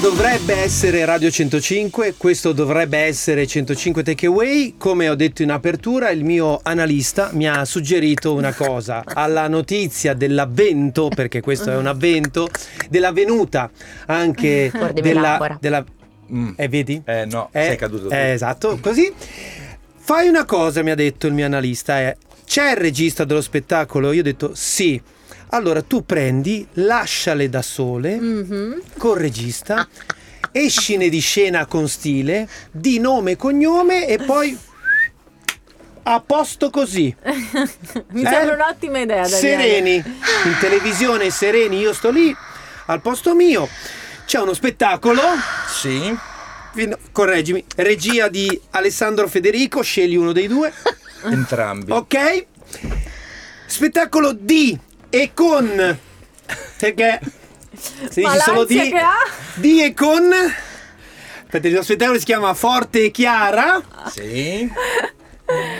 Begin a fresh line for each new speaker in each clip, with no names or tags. dovrebbe essere Radio 105, questo dovrebbe essere 105 Takeaway. Come ho detto in apertura, il mio analista mi ha suggerito una cosa. Alla notizia dell'avvento, perché questo è un avvento, della venuta anche
Guarda, mi
della...
elabora.
della
Mm.
eh, vedi?
Eh no,
Eh,
sei caduto tu.
eh, esatto, così. Fai una cosa, mi ha detto il mio analista. eh. C'è il regista dello spettacolo? Io ho detto sì. Allora tu prendi, lasciale da sole
Mm. Mm-hmm.
Mhm.
col regista, escine di scena con stile, di nome e cognome e poi a posto così.
Mi
Eh?
sembra un'ottima idea. Daniele.
Sereni, in televisione sereni, io sto lì al posto mio. C'è uno spettacolo,
Sì.
fino- correggimi, regia di Alessandro Federico, scegli uno dei due.
Entrambi.
Ok? Spettacolo di e con. Perché. Si
Ma
dice solo
l'ansia
di.
che ha?
Di e con. Aspetta, il mio spettacolo si chiama Forte e Chiara.
Sì.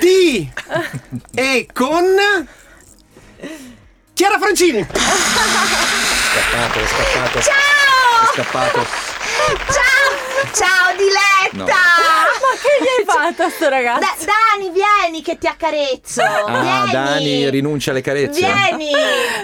Di e con. Chiara Francini.
Scappato, è scappato.
Ciao!
È scappato.
Ciao! Ciao Diletta!
No.
Ma che gli hai fatto a sto ragazzo?
Da- Dani, vieni che ti accarezzo!
Ah,
vieni!
Dani rinuncia alle carezze.
Vieni!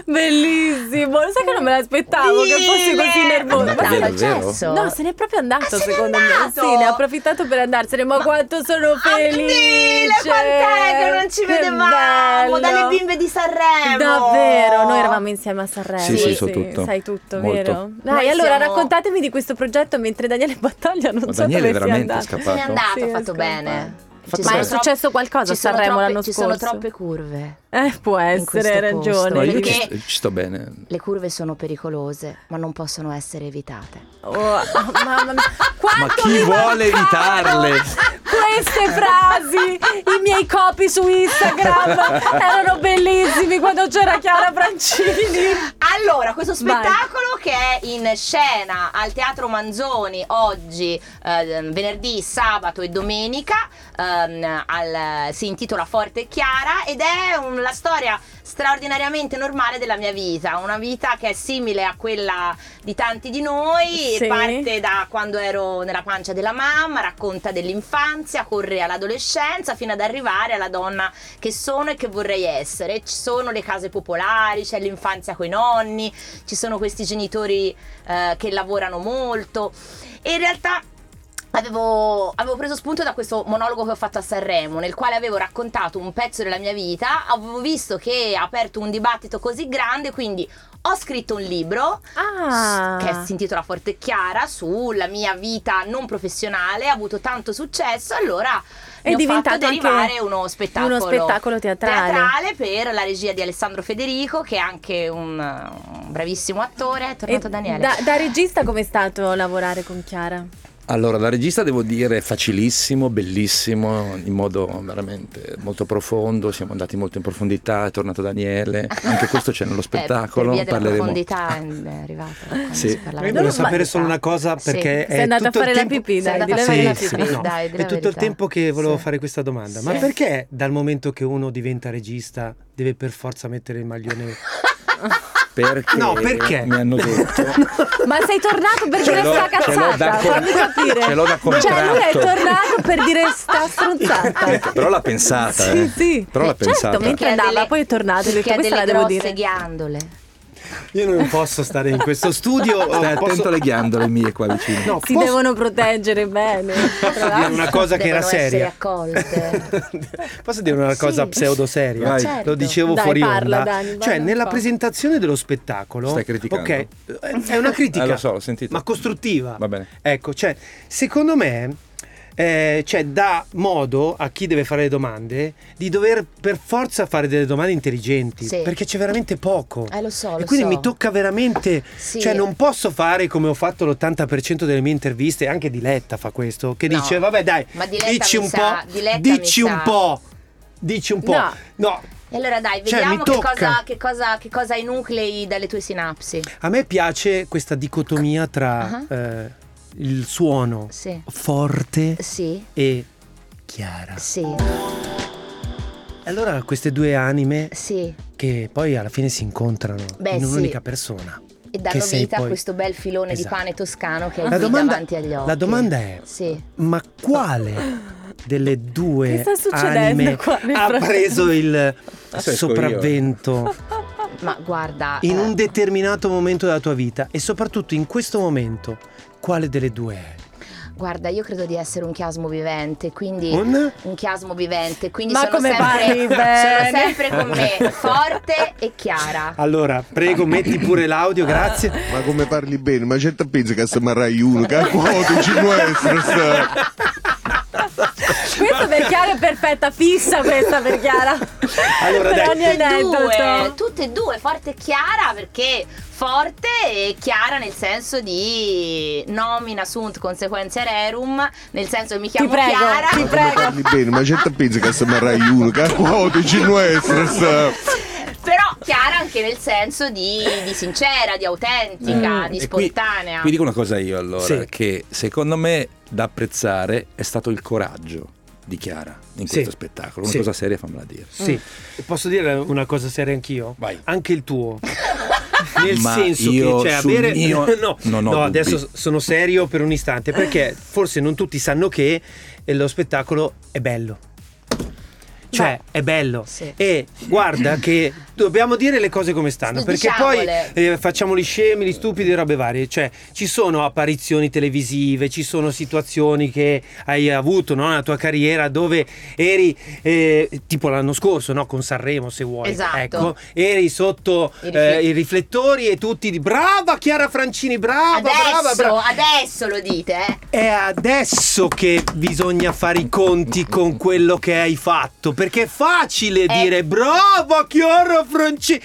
Bellissimo, lo sai che non me l'aspettavo che fossi
Dile!
così
Ma
nervoso.
Guarda,
davvero,
è
vero?
successo.
No, se n'è proprio andato
Ah, se n'è
secondo
andato?
me. Sì, ne ha approfittato per andarsene, ma, quanto sono
Ah,
felice!
Dile, quant'è che non ci
Che
vedevamo
bello.
dalle bimbe di Sanremo!
Davvero, noi eravamo insieme a Sanremo.
Sì, sì, so tutto.
Sai tutto,
Molto.
vero? Dai,
Noi
allora
siamo-
raccontatemi di questo progetto mentre Daniele Battaglia non
Ma
so dove
Daniele è veramente
sia andato.
Se n'è
scappato.
andato,
Sì,
ha
è
fatto
scappato.
bene. Cioè,
Fatto
Ci
bene.
sono
Ma è
successo qualcosa a
ci sono
Sanremo
troppe-
l'anno
Ci sono
scorso?
troppe curve.
Eh, può essere, hai
questo posto.
ragione.
No, io
Perché-
ci, ci sto bene.
Le curve sono pericolose, ma non possono essere evitate. Ah,
Oh, oh, mamma mia. Quanto
Ma chi
mi
vuole
mancavano
evitarle?
Queste frasi, i miei copy su Instagram erano bellissimi quando c'era Chiara Francini.
Allora, questo
Vai.
spettacolo che è in scena al Teatro Manzoni oggi, eh, venerdì, sabato e domenica, ehm, al- si intitola Forte e Chiara ed è un- la storia straordinariamente normale della mia vita, una vita che è simile a quella di tanti di noi,
Sì.
parte da quando ero nella pancia della mamma, racconta dell'infanzia, corre all'adolescenza fino ad arrivare alla donna che sono e che vorrei essere. Ci sono le case popolari, c'è l'infanzia coi nonni, ci sono questi genitori eh, che lavorano molto e in realtà avevo, avevo preso spunto da questo monologo che ho fatto a Sanremo nel quale avevo raccontato un pezzo della mia vita, avevo visto che ha aperto un dibattito così grande, quindi ho scritto un libro
Ah.
Ah.
che si intitola Forte e Chiara sulla mia vita non professionale, ha avuto tanto successo, allora
È
ne ho fatto
diventato anche
derivare uno spettacolo,
uno spettacolo teatrale.
teatrale per la regia di Alessandro Federico che è anche un, un bravissimo attore, è tornato
E
Daniele.
Da, da regista com'è stato lavorare con Chiara?
Allora, da regista devo dire facilissimo, bellissimo, in modo veramente molto profondo, siamo andati molto in profondità, è tornato Daniele, anche questo c'è nello
Eh,
spettacolo,
per via della
parleremo.
profondità eh. è arrivato. quando
Sì.
si parlava
Io
di
voglio
profondità.
sapere solo una cosa
Sì.
Eh,
perché
Sei
è
andato a
tutto il
fare la
tempo-
pipì,
Sei
dai,
andato a
di
fare
Sì,
la
sì,
pipì,
no.
dai, di
è
la
tutto il
verità.
tempo che volevo
Sì.
fare questa domanda. Ma
Sì.
perché dal momento che uno diventa regista deve per forza mettere il maglione?
Perché,
No, perché?
mi hanno detto
Ma sei tornato per
Ce
dire
l'ho-
sta
ce l'ho da
cazzata?
con-
Fammi capire.
ce l'ho da
Cioè, lui è
contratto.
tornato per dire sta stronzata.
però l'ha pensata,
Sì,
eh.
sì.
Però l'ha
Certo,
pensata.
mentre-
ha
andava, poi è tornato, ho detto,
perché ha
"Questa
delle
la devo
grosse
dire".
ghiandole.
Io non posso stare in questo studio.
Stai attento
posso-
alle ghiandole mie qua vicino.
No,
Si
posso-
devono proteggere bene.
posso dire una cosa che era
Devono essere
seria.
accolte.
posso dire una cosa
Sì.
pseudo seria?
Vai.
Certo.
Lo dicevo
Dai,
fuori
parla,
onda.
Dani, parla
cioè,
un
nella
po'.
presentazione dello spettacolo.
Stai criticando?
Ok, è una critica.
Eh, lo so, l'ho sentito.
Ma costruttiva.
Va bene.
Ecco, cioè, secondo me eh, cioè, dà modo a chi deve fare le domande di dover per forza fare delle domande intelligenti,
Sì.
perché c'è veramente poco.
Eh, lo so,
e
lo
quindi
so.
mi tocca veramente,
Sì.
cioè non posso fare come ho fatto l'80% delle mie interviste, anche Diletta fa questo, che
No.
dice "Vabbè, dai,
Ma Diletta
dici
mi
un
sa-
po',
Diletta
dici
mi
un
sa-
po', dici un po'".
No.
no,
E allora dai,
Cioè,
vediamo
mi
che,
tocca.
cosa, che, cosa, che cosa enuclei dalle tue sinapsi.
A me piace questa dicotomia tra
Ah.
eh, il suono
Sì.
forte
Sì,
e chiara.
sì,
Allora queste due anime
sì.
che poi alla fine si incontrano
Beh,
in
sì.
un'unica persona.
e danno
Che sei
vita
poi-
a questo bel filone
Esatto.
di pane toscano che è
La
qui
domanda-
davanti agli occhi.
la domanda è-
Sì.
Ma quale delle due
Che sta succedendo
anime
qua nel
ha
frattempo?
preso il
esco io.
sopravvento
Ma guarda,
in
eh,
un determinato momento della tua vita e soprattutto in questo momento quale delle due è?
eh, guarda, io credo di essere un chiasmo vivente, quindi
Un?
un chiasmo vivente, quindi
Ma
sono
come parli
sempre
bene.
sono sempre con me, forte e chiara.
Allora, prego, metti pure l'audio, grazie.
Ma come parli bene? Ma certo pensi che se marrai uno, che a quote ci può essere sta.
Questa per Chiara è perfetta, fissa questa per Chiara.
Allora,
per
dai.
ogni
Tutte e due,
aneddoto.
tutte e due, forte e chiara perché forte e chiara nel senso di nomina sunt consequenze rerum, nel senso che mi
Ti
chiamo
prego,
Chiara.
ti
Come
prego.
parli bene? Ma certo pensi che se marrai uno, che a quote ci può essere sta.
Però chiara anche nel senso di, di sincera, di autentica, di
Mm. Eh. E qui-
spontanea.
Qui dico una cosa io allora,
Sì.
che secondo me da apprezzare è stato il coraggio di Chiara in
Sì.
questo spettacolo. Una
Sì.
cosa seria, fammela dire.
Sì, Mm. posso dire una cosa seria anch'io?
Vai.
Anche il tuo. Nel
Ma
senso
io
che cioè,
sul
avere
mio
no,
non
no,
ho dubbi.
adesso sono serio per un istante, perché forse non tutti sanno che eh, lo spettacolo è bello. Cioè, è bello.
Sì.
E guarda che dobbiamo dire le cose come stanno, perché poi
Diciamole.
eh, facciamo gli scemi, gli stupidi e robe varie. Cioè, ci sono apparizioni televisive, ci sono situazioni che hai avuto no, nella tua carriera dove eri, eh, tipo l'anno scorso, no, con Sanremo se vuoi.
Esatto.
Ecco, eri sotto
I
eh, i,
riflet-
riflettori e tutti di brava Chiara Francini, brava, brava,
adesso,
brava.
adesso lo dite, eh.
È adesso che bisogna fare i conti con quello che hai fatto, perché è facile
Eh.
dire brava Chiara Francini.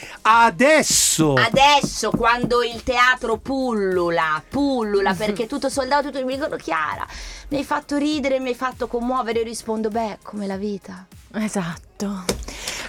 Adesso.
Adesso quando il teatro pullula, pullula perché tutto soldato, tutto mi dicono Chiara, mi hai fatto ridere, mi hai fatto commuovere, io rispondo beh, come la vita.
Esatto.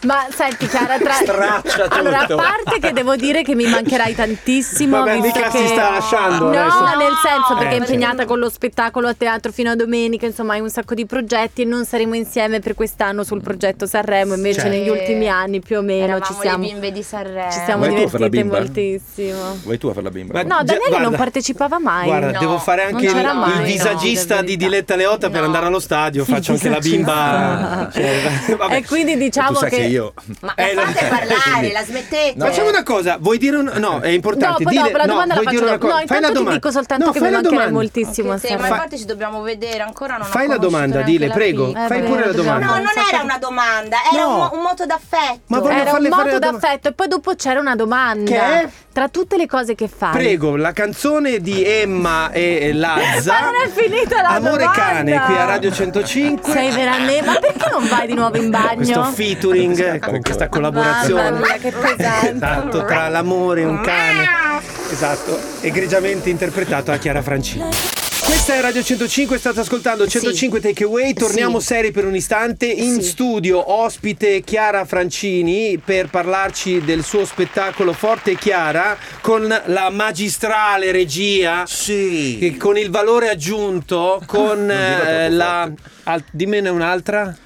Ma senti Chiara, tra...
Straccia tutto.
allora a parte che devo dire che mi mancherai tantissimo.
Vabbè,
visto
mica
che...
si sta lasciando
No,
adesso.
nel senso perché
Eh,
è impegnata
sì.
con lo spettacolo a teatro fino a domenica, insomma hai un sacco di progetti e non saremo insieme per quest'anno sul progetto Sanremo, invece
Certo.
Cioè, negli ultimi anni più o meno
Eh, Eravamo
ci siamo,
le bimbe di Sanremo.
ci siamo
Vai tu a farla
divertite
bimba?
moltissimo.
Vai tu a farla bimba.
Ma-
Mm. No,
Già-
Daniele non
guarda,
partecipava mai.
Guarda,
No,
devo fare anche
non
il,
c'era
il
mai, no,
visagista
per
di
verità.
Diletta Leotta per
No.
andare allo stadio. Faccio anche la bimba. Cioè,
Ah. E quindi diciamo
tu sai
che,
che, io
Ma
Eh,
la fate
no.
parlare, la smettete.
No.
Facciamo una cosa, vuoi dire un... No, è importante.
dopo,
dire...
dopo la
no,
domanda
vuoi
la faccio
dire una
dopo.
cosa?
No,
Fai la
intanto ti
domanda.
dico soltanto
No,
che
fai
mi
la
mancherà
domanda.
moltissimo a
Che tema,
Sanremo.
infatti ci dobbiamo vedere ancora non ho
Fai la
conosciuto
domanda,
neanche
Dile,
la
prego,
figlia.
fai
Eh,
pure la
dobbiamo-
domanda.
No, non era una domanda, era
No.
un, un moto d'affetto.
Ma voglio
Era un
farle fare
moto
la doma-
d'affetto e poi dopo c'era una domanda.
Che è?
Tra tutte le cose che fai.
Prego, la canzone di Emma e Lazza.
Ma non è finita la
Amore
domanda.
cane qui a Radio 105.
Sei veramente... Ma perché non vai di nuovo in bagno?
questo featuring, con questa collaborazione.
Mamma mia, che pesante.
Esatto, tra l'amore e un cane. Esatto, egregiamente interpretato a Chiara Francini. Questa è Radio 105, state ascoltando 105 Takeaway, torniamo
Sì.
seri per un istante, in
Sì.
studio ospite Chiara Francini per parlarci del suo spettacolo Forte e Chiara con la magistrale regia
Sì.
che con il valore aggiunto, con
dirlo troppo
eh, la... al- dimmene un'altra.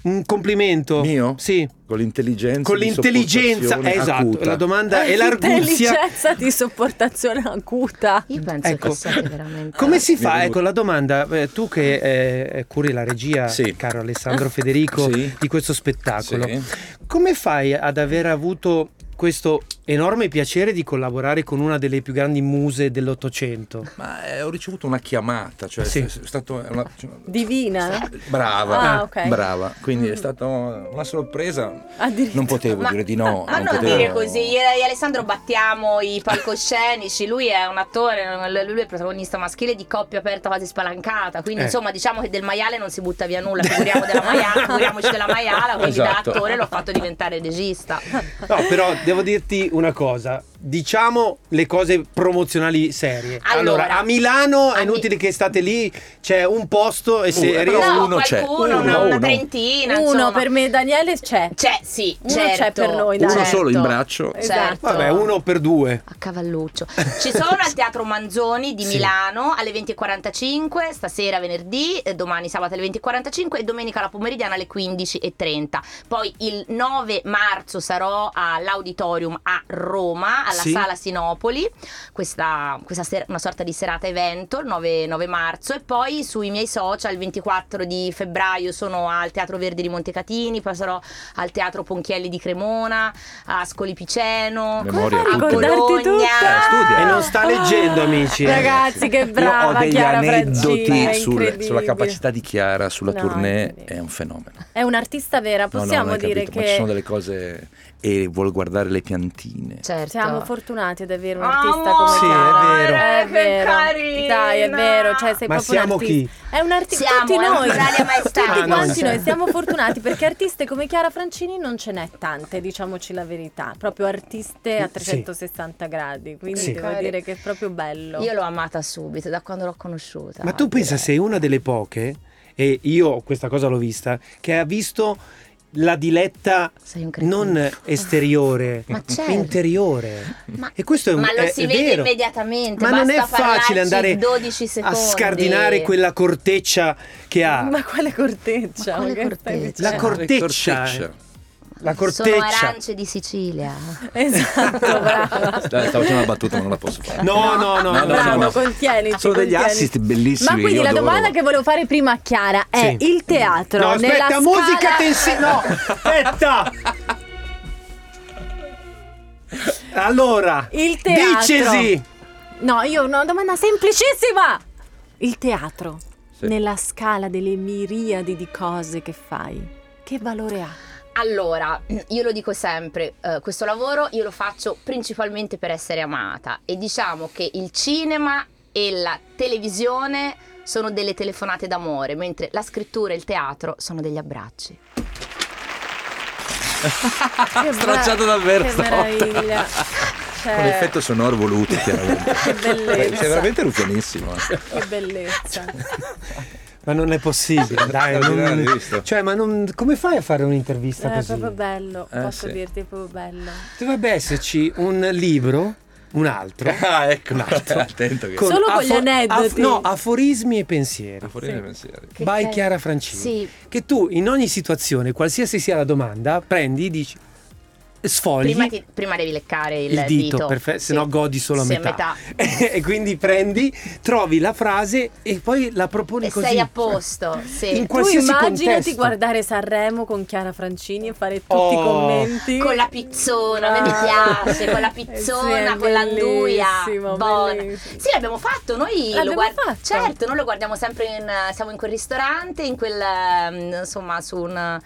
Un complimento.
Mio?
Sì.
Con l'intelligenza.
Con
di
l'intelligenza.
sopportazione
Esatto.
acuta.
La domanda
Eh,
è l'arguzia.
Intelligenza di sopportazione acuta.
Io penso
Ecco,
che siate veramente
come si
Mi è
fa?
venuto-
Ecco la domanda, eh, tu che eh, curi la regia,
Sì.
caro Alessandro Federico,
Sì.
di questo spettacolo,
Sì.
come fai ad aver avuto questo enorme piacere di collaborare con una delle più grandi muse dell'Ottocento?
Ma eh, ho ricevuto una chiamata, cioè
Sì.
è stato è una- cioè,
Divina. eh?
brava,
Ah, ok. Ah,
brava. Quindi è stata una sorpresa.
Addirittura.
Non potevo
Ma-
dire di no.
Ma non,
potevo-
dire così, io e Alessandro battiamo i palcoscenici, lui è un attore, lui è il protagonista maschile di coppia aperta quasi spalancata, quindi
Eh.
insomma diciamo che del maiale non si butta via nulla, figuriamo della maiala, figuriamoci della maiala, quindi
Esatto.
da attore l'ho fatto diventare regista.
No, però devo dirti una cosa. Diciamo le cose promozionali serie. Allora,
Allora,
a Milano
a
è
Mi-
inutile che state lì, c'è un posto e se
Uh,
eri-
però
no,
uno c'è,
qualcuno,
uno,
una, una
uno.
trentina,
Uno
insomma.
per me, Daniele c'è.
C'è, sì,
Uno
certo.
c'è per noi, dai.
Uno solo in
Certo.
braccio.
Esatto.
Vabbè, uno per due.
A cavalluccio. Ci sono al Teatro Manzoni di
Sì.
Milano alle 20.45, stasera venerdì, eh, domani sabato alle 20.45 e domenica la pomeridiana alle 15.30. Poi il 9 marzo sarò all'Auditorium a Roma alla
Sì.
Sala Sinopoli, questa, questa ser- una sorta di serata evento il 9, 9 marzo e poi sui miei social il 24 di febbraio sono al Teatro Verdi di Montecatini, poi sarò al Teatro Ponchielli di Cremona, a Scoli Piceno,
Memoria,
a
tutto.
Ricordarti tutto.
Bologna.
studia.
E non sta leggendo, amici. eh.
Ragazzi, che
Io ho
brava
degli
Chiara Francini, è
aneddoti sul- sulla
incredibile.
capacità di Chiara, sulla
No,
tournée,
incredibile.
è un fenomeno.
È un'artista vera,
No, no,
possiamo
non hai
dire
capito, ma ci sono
che
delle cose e vuol guardare le piantine.
Certo.
siamo fortunati ad avere un
Amore,
artista come
Sì, è
Chiara. eh,
vero.
È
che
vero.
carina.
Dai, è vero, cioè sei
Ma
proprio
siamo
un artista. È un artista
Siamo,
tutti
è un
noi.
plurale maestà.
Ah,
Tutti
no,
quanti
certo.
noi siamo fortunati perché artiste come Chiara Francini non ce n'è tante, diciamoci la verità, proprio artiste a
Sì.
360 gradi, quindi
Sì.
devo dire che è proprio bello.
Io l'ho amata subito, da quando l'ho conosciuta.
Ma tu pensa,
direi.
sei una delle poche, e io questa cosa l'ho vista, che ha visto la diletta
Sei un cretino.
non esteriore,
Ma certo.
interiore.
Ma-
e questo è un
ma lo
è-
si
è
vede
vero.
immediatamente,
Ma non è
basta
facile
parlarci
andare
12
a
secondi.
scardinare quella corteccia che
Ah.
ha.
Ma quale
Ma
corteccia?
quale
che stai
corteccia?
La corteccia.
dicendo?
Corteccia.
la
Sono
corteccia.
arance di Sicilia.
Esatto, brava.
Dai, Stavo facendo una battuta, ma non la posso fare.
No, no, no,
No, no,
no,
Bravo,
no.
no.
contieniti,
Sono degli
contieniti.
assist bellissimi.
Ma quindi
io
la
adoro.
domanda che volevo fare prima a Chiara è
Sì.
il teatro
No, aspetta,
nella
musica
scala...
tensi- No, aspetta. Allora,
Il teatro.
dicesi.
No, io ho una domanda semplicissima. Il teatro
Sì.
nella scala delle miriadi di cose che fai, che valore ha?
Allora, io lo dico sempre, eh, questo lavoro io lo faccio principalmente per essere amata e diciamo che il cinema e la televisione sono delle telefonate d'amore, mentre la scrittura e il teatro sono degli abbracci.
Che
Ah, stracciato
bra-
dal verso.
Che meraviglia. Cioè,
Con l'effetto sonoro voluto, chiaramente.
Che bellezza.
Sei veramente rufianissimo. eh.
che bellezza.
Ma non è possibile, dai.
Straordinario,
non-
visto?
Cioè, ma non- come fai a fare un'intervista
È
così?
Eh, proprio bello,
Eh,
posso
sì.
dirti, è proprio bello.
Dovrebbe esserci un libro, un altro.
Ah, ecco.
Un altro.
Attento che...
con
Solo con gli aneddoti.
no, aforismi e pensieri.
Fuori dai pensieri.
Che
by
car-
Chiara Francini.
Sì.
Che tu in ogni situazione, qualsiasi sia la domanda, prendi e dici sfogli
Prima, ti- prima devi leccare il,
il dito,
dito
perfetto,
Sì.
se no godi solo a
Sì,
metà. e quindi prendi, trovi la frase e poi la proponi
E
così.
sei a posto, sì.
In
Tu
qualsiasi
immaginati
contesto.
guardare Sanremo con Chiara Francini e fare tutti
Oh.
i commenti.
Con la pizzona, a me mi
Ah.
piace, con la
Eh sì,
pizzona,
è
con l'anduia.
bellissimo,
Buona.
bellissimo.
Sì, l'abbiamo fatto, noi
L'abbiamo
lo guardiamo.
fatto.
Certo, noi lo guardiamo sempre in siamo in quel ristorante, in quel ehm, insomma, su un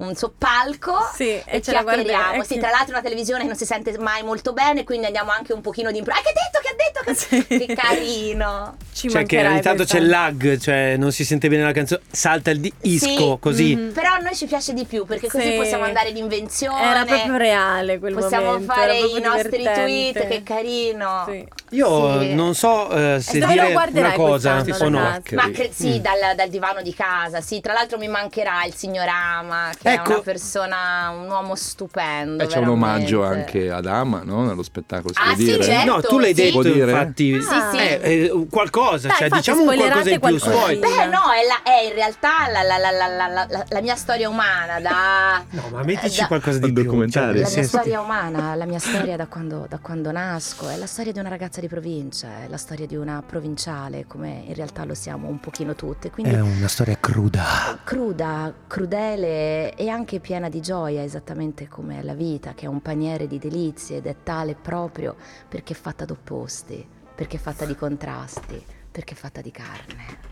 un soppalco
Sì, e
e
ce la
chiacchieriamo.
guardiamo.
Sì, tra l'altro è una televisione che non si sente mai molto bene, quindi andiamo anche un pochino di impro. Ah, che hai detto, che ha detto, che,
Sì.
che carino.
Cioè
Ci
che
mancherai
ogni tanto c'è
questa-
il lag, cioè non si sente bene la canzone, salta il di- disco
Sì. mm-hmm.
così.
Mhm.
Però a noi ci piace di più perché così
Sì.
possiamo andare d'invenzione.
Era proprio reale quel
Possiamo
momento, era
fare i
proprio
nostri
divertente.
tweet, che carino.
Sì.
Io
Sì.
non so eh, se
dove lo
dire una
guarderai
cosa
quest'anno,
o no.
ragazzi?
Che
Ma
ri-
Mm.
cre- sì, dal, dal divano di casa, sì. Tra l'altro mi mancherà il signorama, che
Ecco.
è una persona, un uomo stupendo.
Eh, c'è un
veramente.
omaggio anche ad Ama, no? Nello spettacolo, si
Ah,
può
sì,
dire.
certo.
No, tu l'hai
sì.
detto
Può dire?
infatti.
Ah. Sì, sì.
Eh, eh, qualcosa,
Dai,
cioè
infatti,
diciamo un qualcosa in più.
spoilerate qualcosa.
Spoil-
Beh, no, è, la- è in realtà la, la- la- la- la- la- la mia storia umana da...
No, ma mettici
da-
qualcosa di
Un
più. cioè,
documentario.
nel
La
Eh,
mia
senso che-
storia umana, la mia storia da quando, da quando nasco, è la storia di una ragazza di provincia, è la storia di una provinciale, come in realtà lo siamo un pochino tutte. Quindi
È una storia cruda.
cruda, crudele e anche piena di gioia, esattamente come è la vita, che è un paniere di delizie ed è tale proprio perché è fatta d'opposti, perché è fatta di contrasti, perché è fatta di carne.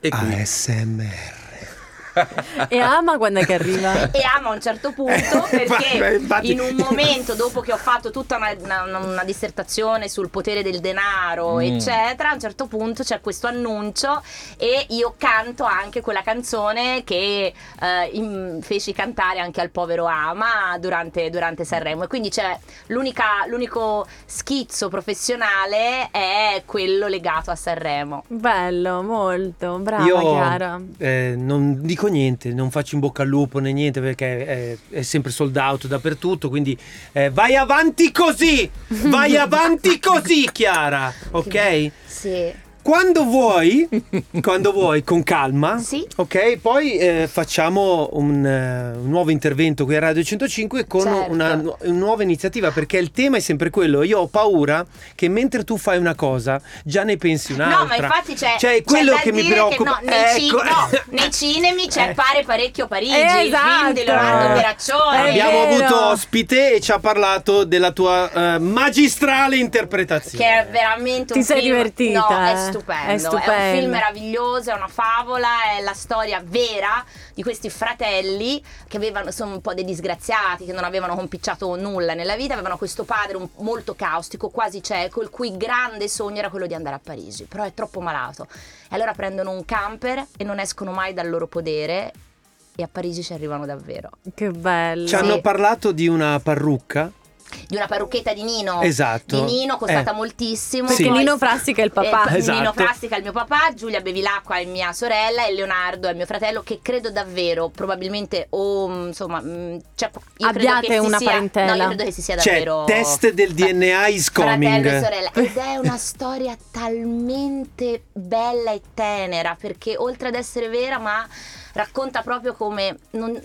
E qui-
ASMR.
E ama quando è che arriva?
E ama a un certo punto
Vabbè,
perché
Eh, infatti-
in un momento dopo che ho fatto tutta una, una- una dissertazione sul potere del denaro,
Mm.
eccetera, a un certo punto c'è questo annuncio e io canto anche quella canzone che eh, im- feci cantare anche al povero Ama durante, durante Sanremo. E quindi c'è l'unica- l'unico schizzo professionale è quello legato a Sanremo.
Bello, molto, brava
Io
Chiara.
eh, non dico niente, non faccio in bocca al lupo né niente perché eh, è, sempre sold out dappertutto, quindi eh, vai avanti così! Vai avanti così, Chiara, ok?
Sì.
Quando vuoi, quando vuoi, con calma,
Sì.
ok? Poi eh, facciamo un, eh, un nuovo intervento qui a Radio 105 con
Certo.
una, nu- una nuova iniziativa, perché il tema è sempre quello. Io ho paura che mentre tu fai una cosa, già ne pensi un'altra.
No, ma infatti c'è,
Cioè,
c'è
quello
da
che mi
dire
preoccupa.
no, nei, ci-
Ecco.
no, nei cinemi c'è
Eh.
Pare Parecchio Parigi,
Eh,
il film di
esatto.
Leonardo
Eh.
Peraccioni.
È
Abbiamo
vero.
avuto ospite e ci ha parlato della tua eh, magistrale interpretazione.
Che è veramente un
Ti sei
film-
divertita,
No, è stupendo.
eh? È
È un
stupendo.
film meraviglioso, è una favola, è la storia vera di questi fratelli che avevano, sono un po' dei disgraziati, che non avevano compicciato nulla nella vita, avevano questo padre un- molto caustico, quasi cieco, il cui grande sogno era quello di andare a Parigi, però è troppo malato. E allora prendono un camper e non escono mai dal loro podere e a Parigi ci arrivano davvero.
Che bello.
Ci hanno
Sì.
parlato di una parrucca.
Di una parrucchetta di Nino.
Esatto.
Oh, Di Nino, costata
Eh.
moltissimo.
Perché
poi-
Nino Frassica è il papà.
Eh,
Esatto.
Nino Frassica è il mio papà, Giulia Bevilacqua è mia sorella e Leonardo è mio fratello che credo davvero, probabilmente, o mm, insomma, mh, cioè, io credo
Abbiate
che si
una
sia- No,
parentela.
io credo che si sia
Cioè,
davvero...
test del DNA is coming.
Fratello e sorella. Ed è una storia talmente bella e tenera perché oltre ad essere vera, ma racconta proprio come non,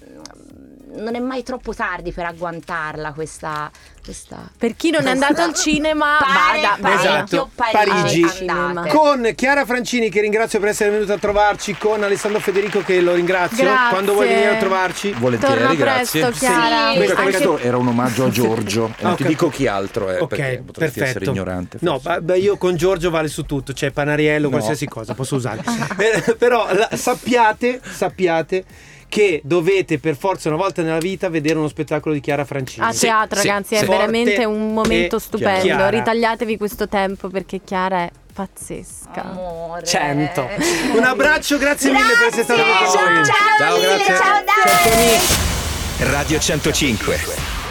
non è mai troppo tardi per agguantarla questa. questa...
Per chi non è andato al cinema,
Pare,
vada, vada.
Esatto.
Parecchio Parigi.
Parigi.
Andate.
Con Chiara Francini, che ringrazio per essere venuta a trovarci, con Alessandro Federico, che lo ringrazio.
Grazie.
Quando vuoi venire a trovarci?
Volentieri,
Torna
grazie.
presto, Chiara.
Sì,
Comunque,
Anche-
questo era un omaggio a Giorgio. e non Eh, ti
Ok.
dico chi altro è,
Ok,
perché potresti
perfetto.
essere ignorante.
No,
forse.
ma- beh, io con Giorgio vale su tutto, cioè panariello,
No.
qualsiasi cosa posso usare. Eh, Però la- sappiate, sappiate che dovete per forza una volta nella vita vedere uno spettacolo di Chiara Francini.
A teatro,
Ah, sì,
ragazzi,
sì.
è veramente
Forte
un momento
e
stupendo.
chiara.
Ritagliatevi questo tempo perché Chiara è pazzesca.
Amore.
100. Un abbraccio, grazie mille per essere stato
Grazie,
con noi.
Eh. Ciao,
Ciao, mille,
grazie.
ciao, dai.
Radio 105.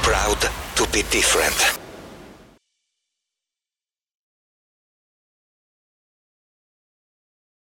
Proud to be different.